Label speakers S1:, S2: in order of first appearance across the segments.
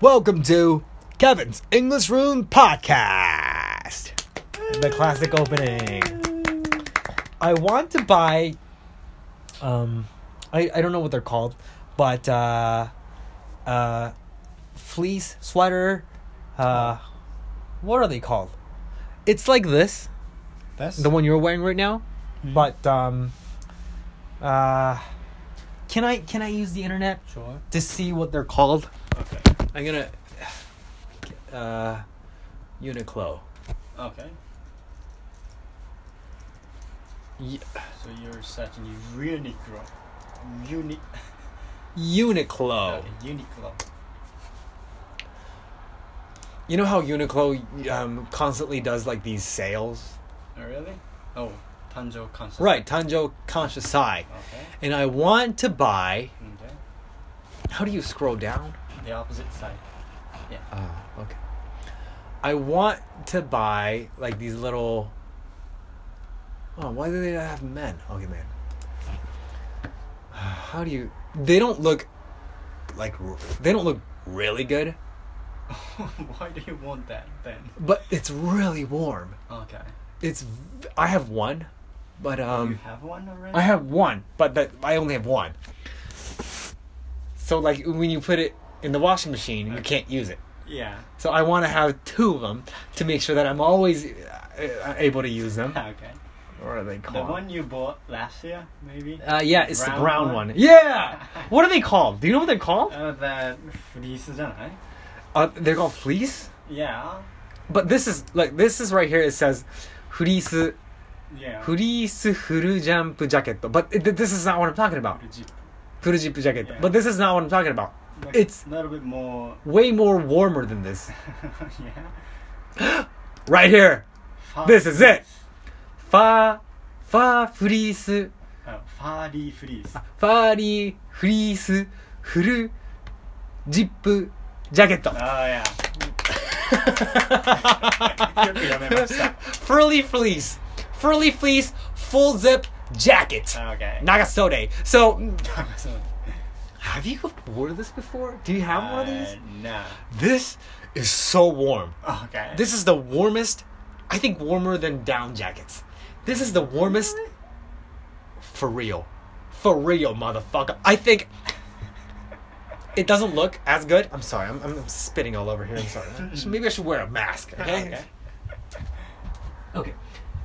S1: Welcome to Kevin's English Room Podcast. The classic opening. I want to buy um I, I don't know what they're called, but uh uh fleece sweater uh what are they called? It's like this,
S2: That's
S1: the one you're wearing right now, but um uh can I can I use the internet
S2: Sure.
S1: to see what they're called?
S2: Okay.
S1: I'm gonna uh Uniqlo.
S2: Okay.
S1: Y-
S2: So you're searching Uniqlo. Uni.
S1: Uniqlo.
S2: Okay, Uniqlo.
S1: You know how Uniqlo um, constantly does like these sales?
S2: Oh, really? Oh, Tanjo Conscious.
S1: Right, Tanjo Kanshisai.
S2: Okay.
S1: And I want to buy.
S2: Okay.
S1: How do you scroll down?
S2: The opposite side.
S1: Oh, okay. I want to buy like these little. Oh, why do they not have men? Okay, man. How do you? They don't look like r- they don't look really good,
S2: Why do you want that then?
S1: but it's really warm.
S2: Okay.
S1: It's v- I have one, but
S2: you
S1: um.
S2: have one already?
S1: I have one, but that I only have one. So like when you put it in the washing machine, you can't use it.
S2: Yeah.
S1: So I want to have two of them to make sure that I'm always uh, able to use them.
S2: Okay.
S1: What are they
S2: The
S1: called?
S2: one you bought last year, maybe?
S1: uh, yeah, it's the
S2: brown
S1: brown one.
S2: one?
S1: Yeah. what are they called? Do you know what they're called?
S2: Uh, that fleece, right?
S1: Uh, they're called fleece.
S2: Yeah.
S1: But this is like this is right here. It says, "Fleece,
S2: Yeah.
S1: fleece, furu jump jacket." But it, this is not what I'm talking about.
S2: Fujip-
S1: Furu jump jacket.
S2: Yeah.
S1: But this is not what I'm talking about.
S2: Like,
S1: It's-
S2: a little bit more.
S1: Way more warmer than this.
S2: yeah.
S1: Right here.
S2: Far-
S1: This is it. Fa, fa, freeze,
S2: Oh, Fari fleece.
S1: fari, freeze, furu, zip, jacket.
S2: Oh yeah.
S1: Furly fleece, furly fleece, full zip jacket.
S2: Okay.
S1: Nagasode. So, mm,
S2: so,
S1: have you wore this before? Do you have one of
S2: uh,
S1: these?
S2: no.
S1: This is so warm.
S2: Okay.
S1: This is the warmest, I think warmer than down jackets. This is the warmest for real. For real, motherfucker. I think it doesn't look as good. I'm sorry, I'm, I'm spitting all over here. I'm sorry. Maybe I should wear a mask, okay?
S2: Okay.
S1: Okay.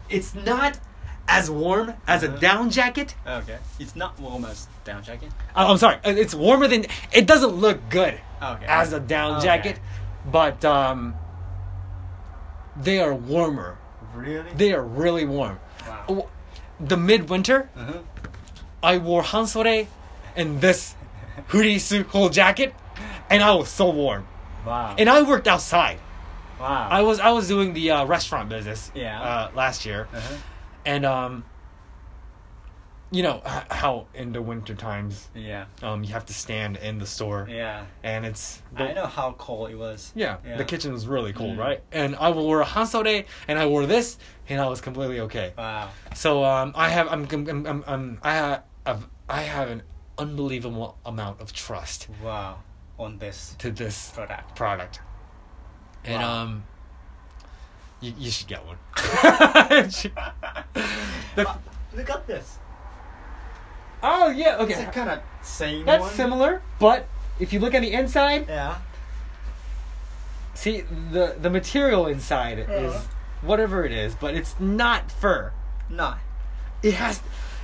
S1: It's not as warm as
S2: Uh-huh.
S1: a down jacket.
S2: Okay. It's not warm as down jacket.
S1: I- I'm sorry, it- it's warmer than. It doesn't look good
S2: Okay.
S1: as a down
S2: Okay.
S1: jacket, but um, they are warmer
S2: Really?
S1: They are really warm.
S2: Wow.
S1: W- The midwinter,
S2: uh-huh.
S1: I wore hansore and this hoodie suit whole jacket, and I was so warm.
S2: Wow.
S1: And I worked outside.
S2: wow.
S1: I was I was doing the uh, restaurant business
S2: Yeah.
S1: uh, last year,
S2: uh-huh.
S1: and um, you know h- how in the winter times
S2: Yeah.
S1: um, you have to stand in the store,
S2: Yeah.
S1: and it's
S2: I know how cold it was.
S1: Yeah,
S2: Yeah.
S1: the kitchen was really cool,
S2: Mm.
S1: right? And I wore a hansore, and I wore this, and I was completely okay.
S2: Wow.
S1: So um, I have I'm, I'm, I'm, I'm I have I've- I have an unbelievable amount of trust
S2: Wow. On this
S1: to this
S2: product.
S1: product, and
S2: Wow.
S1: um, you, you should get one.
S2: Wow, look at this.
S1: oh yeah,
S2: It's a kind of same
S1: That's
S2: one.
S1: similar, but if you look on the inside,
S2: Yeah.
S1: see the the material inside is
S2: Uh-huh.
S1: whatever it is, but it's not fur.
S2: No.
S1: It has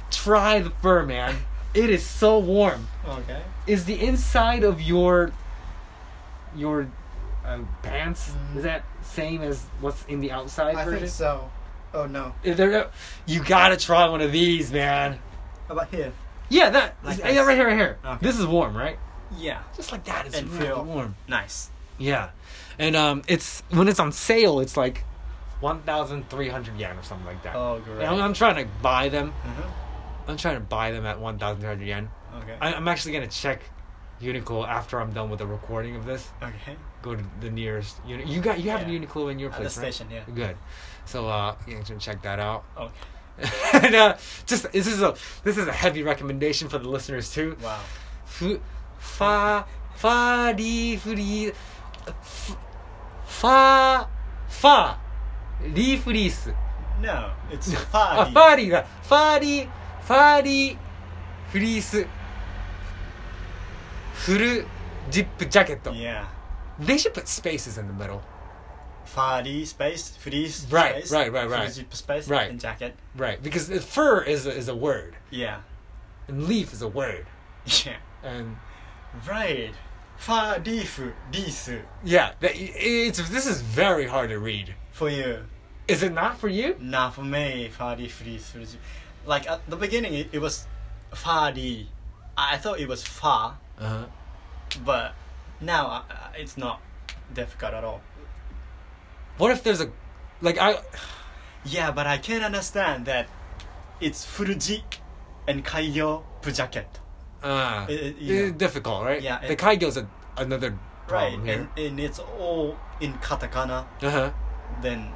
S1: try the fur, man. It is so warm.
S2: Okay.
S1: is the inside of your your uh, pants is that same as what's in the outside
S2: Mm-hmm. I
S1: version?
S2: think so. Oh no.
S1: Is there- you gotta try one of these, man.
S2: How about here?
S1: Yeah, that
S2: Like
S1: yeah, right here, right here.
S2: Okay.
S1: This is warm, right?
S2: Yeah.
S1: Just like that, it's
S2: And
S1: really
S2: feel-
S1: warm.
S2: Nice.
S1: Yeah, and um, it's when it's on sale, it's like one thousand three hundred yen or something like that.
S2: Oh great.
S1: And I'm, I'm trying to buy them.
S2: uh-huh.
S1: I'm trying to buy them at one thousand three hundred yen.
S2: Okay.
S1: I, I'm actually gonna check Uniqlo after I'm done with the recording of this.
S2: okay.
S1: go to the nearest uni- you got you have
S2: Yeah.
S1: a Uniqlo in your
S2: At the
S1: place right?
S2: station, yeah.
S1: good so uh you can check that out
S2: Okay.
S1: and uh just this is a this is a heavy recommendation for the listeners too
S2: Wow.
S1: Fu- fa fa di fu di ファー、ファー、リーフリース。
S2: No, it's
S1: あ、
S2: Fadi.
S1: ファーリーだ。ファーリー、ファーリー、フリース。フル、ジップジャケット。
S2: Yeah.
S1: They should put spaces in the middle.
S2: Fadi space, freeze
S1: Right,
S2: space,
S1: right, right, right.
S2: freeze space,
S1: Right.
S2: and jacket.
S1: Right, because fur is a, is a word,
S2: Yeah,
S1: and leaf is a word,
S2: yeah,
S1: and
S2: right. Fadi fu this
S1: yeah, that, it's this is very hard to read.
S2: for you.
S1: Is it not for you?
S2: Not for me. Fadi freeze freeze. Like at the beginning, it, it was Fadi. I I thought it was far,
S1: Uh-huh.
S2: but now I, I- it's not difficult at all.
S1: What if there's a, like I,
S2: Yeah, but I can understand that it's Furuji and Kaiyo Pujaket.
S1: uh,
S2: It- it- yeah.
S1: it's difficult, right?
S2: Yeah,
S1: the
S2: it-
S1: kaigo's a, another
S2: Right,
S1: problem
S2: and,
S1: here.
S2: and it's all in katakana,
S1: Uh huh.
S2: then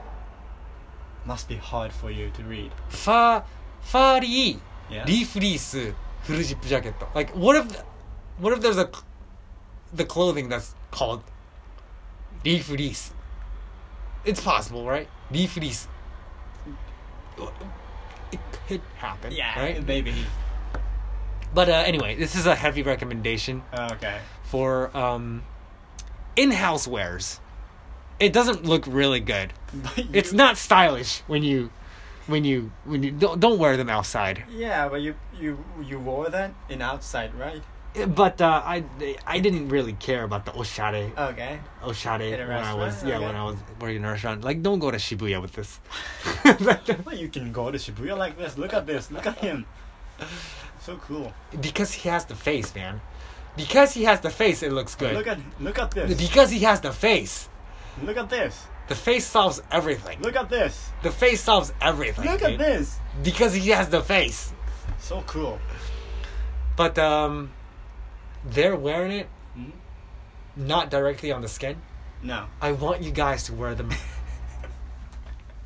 S2: must be hard for you to read.
S1: ファー、ファーリー、
S2: Yeah.
S1: リーフリース、フルジップジャケット。Like, what if, what if there's a, the clothing that's called リーフリース It's possible, right? リーフリース It could happen,
S2: Yeah,
S1: right?
S2: maybe.
S1: But uh, anyway, this is a heavy recommendation
S2: Oh, Okay.
S1: for um, in-house wares. It doesn't look really good.
S2: But you-
S1: It's not stylish when you, when you, when you don't don't wear them outside.
S2: Yeah, but you you you wore that in outside, right?
S1: But uh, I I didn't really care about the oshare
S2: Okay.
S1: oshare
S2: Uh, In a
S1: when I was
S2: restaurant?
S1: yeah
S2: Okay.
S1: when I was working in a restaurant. Like don't go to Shibuya with this.
S2: Well, you can go to Shibuya like this. Look at this. Look at him. So cool.
S1: because he has the face, man. Because he has the face, it looks good.
S2: Look at look at this.
S1: because he has the face,
S2: Look at this.
S1: the face solves everything.
S2: Look at this.
S1: The face solves everything.
S2: Look at
S1: dude.
S2: this.
S1: Because he has the face.
S2: So cool.
S1: But um, they're wearing it
S2: Hmm?
S1: not directly on the skin.
S2: No.
S1: I want you guys to wear them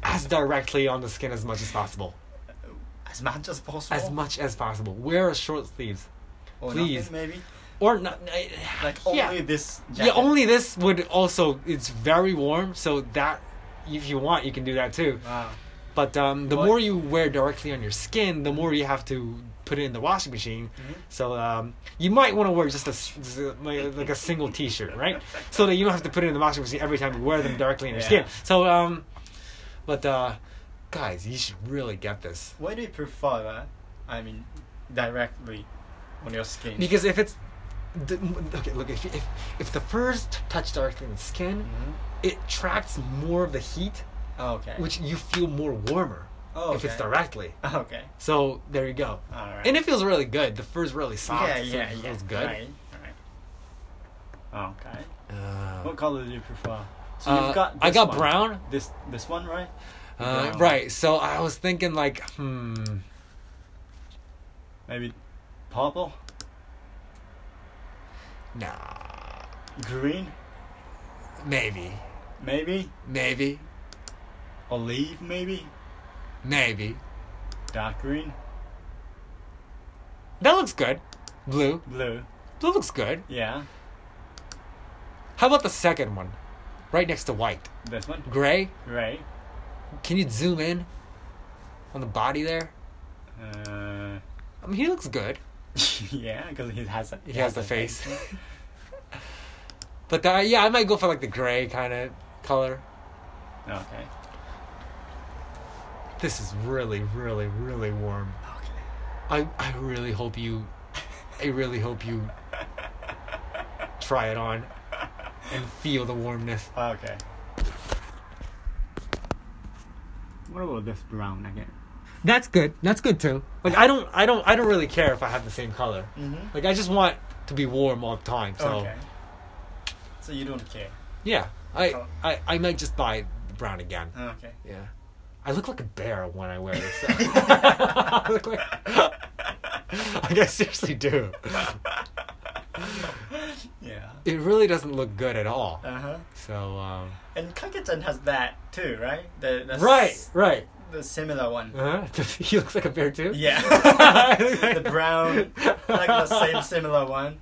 S1: as directly on the skin as much as possible.
S2: As much as possible.
S1: as much as possible. Wear short sleeves,
S2: or
S1: please.
S2: Nothing, maybe.
S1: or not. uh,
S2: Like
S1: yeah.
S2: only this jacket.
S1: yeah, only this would also. It's very warm, so that if you want, you can do that too.
S2: Wow.
S1: But um, the
S2: What?
S1: more you wear directly on your skin, the more you have to put it in the washing machine.
S2: Mm-hmm.
S1: So um, you might want to wear just a s- s- like like a single T-shirt, right? So that you don't have to put it in the washing machine every time you wear them directly on your
S2: Yeah.
S1: skin. So um, but uh, guys, you should really get this.
S2: Why do you prefer that? I mean, directly on your skin.
S1: Because if it's the, okay, look if, if if the furs t- touch directly on the skin,
S2: Mhm.
S1: it traps more of the heat,
S2: Oh, okay.
S1: which you feel more warmer
S2: Oh,
S1: if it's
S2: okay.
S1: directly.
S2: Okay.
S1: So there you go,
S2: All right.
S1: and it feels really good. The fur's really soft.
S2: yeah,
S1: Ah, so
S2: yeah,
S1: it
S2: yeah.
S1: feels good.
S2: Right, right. Okay.
S1: Uh,
S2: What color do you prefer? So
S1: Uh, I
S2: this
S1: got
S2: one.
S1: brown.
S2: This this one, right?
S1: uh,
S2: Brown.
S1: right. So I was thinking like, hmm,
S2: Maybe purple,
S1: nah,
S2: green,
S1: maybe,
S2: maybe
S1: maybe,
S2: olive, maybe
S1: maybe.
S2: dark green,
S1: That looks good. Blue.
S2: blue.
S1: Blue looks good.
S2: Yeah.
S1: How about the second one, right next to white?
S2: This one,
S1: Gray.
S2: gray.
S1: Can you zoom in on the body there?
S2: Uh,
S1: I mean, he looks good.
S2: yeah, because he has a,
S1: He has the face. but uh, yeah, I might go for like the gray kind of color.
S2: okay.
S1: This is really, really, really warm.
S2: Okay.
S1: I, I really hope you, I really hope you try it on and feel the warmness.
S2: Okay. What about this brown again?
S1: That's good. That's good too. Like I don't, I don't, I don't really care if I have the same color.
S2: Mm-hmm.
S1: Like I just want to be warm all the time. So
S2: Okay. So you don't care.
S1: yeah, I,
S2: Color.
S1: I, I might just buy brown again.
S2: Okay.
S1: Yeah. I look like a bear when I wear this. so. I look like. Like, I seriously do.
S2: Yeah.
S1: It really doesn't look good at all.
S2: Uh huh.
S1: So, um.
S2: And Kakechan has that too, right? The, the s-
S1: Right, right.
S2: the similar one.
S1: Uh-huh. he looks like a bear too?
S2: Yeah. the brown, like the same similar one.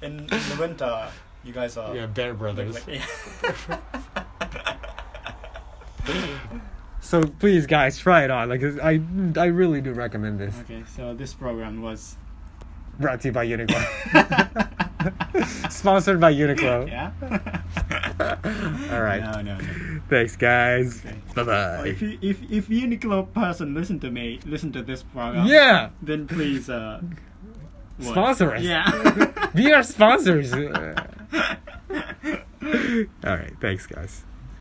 S2: In the winter, You guys are.
S1: yeah, Bear Brothers.
S2: like- yeah.
S1: So please, guys, try it on. Like I, I really do recommend this.
S2: okay, so this program was.
S1: Brought to you by Uniqlo. Sponsored by Uniqlo.
S2: Yeah?
S1: All right.
S2: No, no, no.
S1: Thanks, guys.
S2: Okay.
S1: Bye bye.
S2: If you, if if Uniqlo person listen to me, listen to this program.
S1: Yeah.
S2: Then please uh. what?
S1: Sponsor us.
S2: Yeah.
S1: Be our sponsors. All right. Thanks, guys.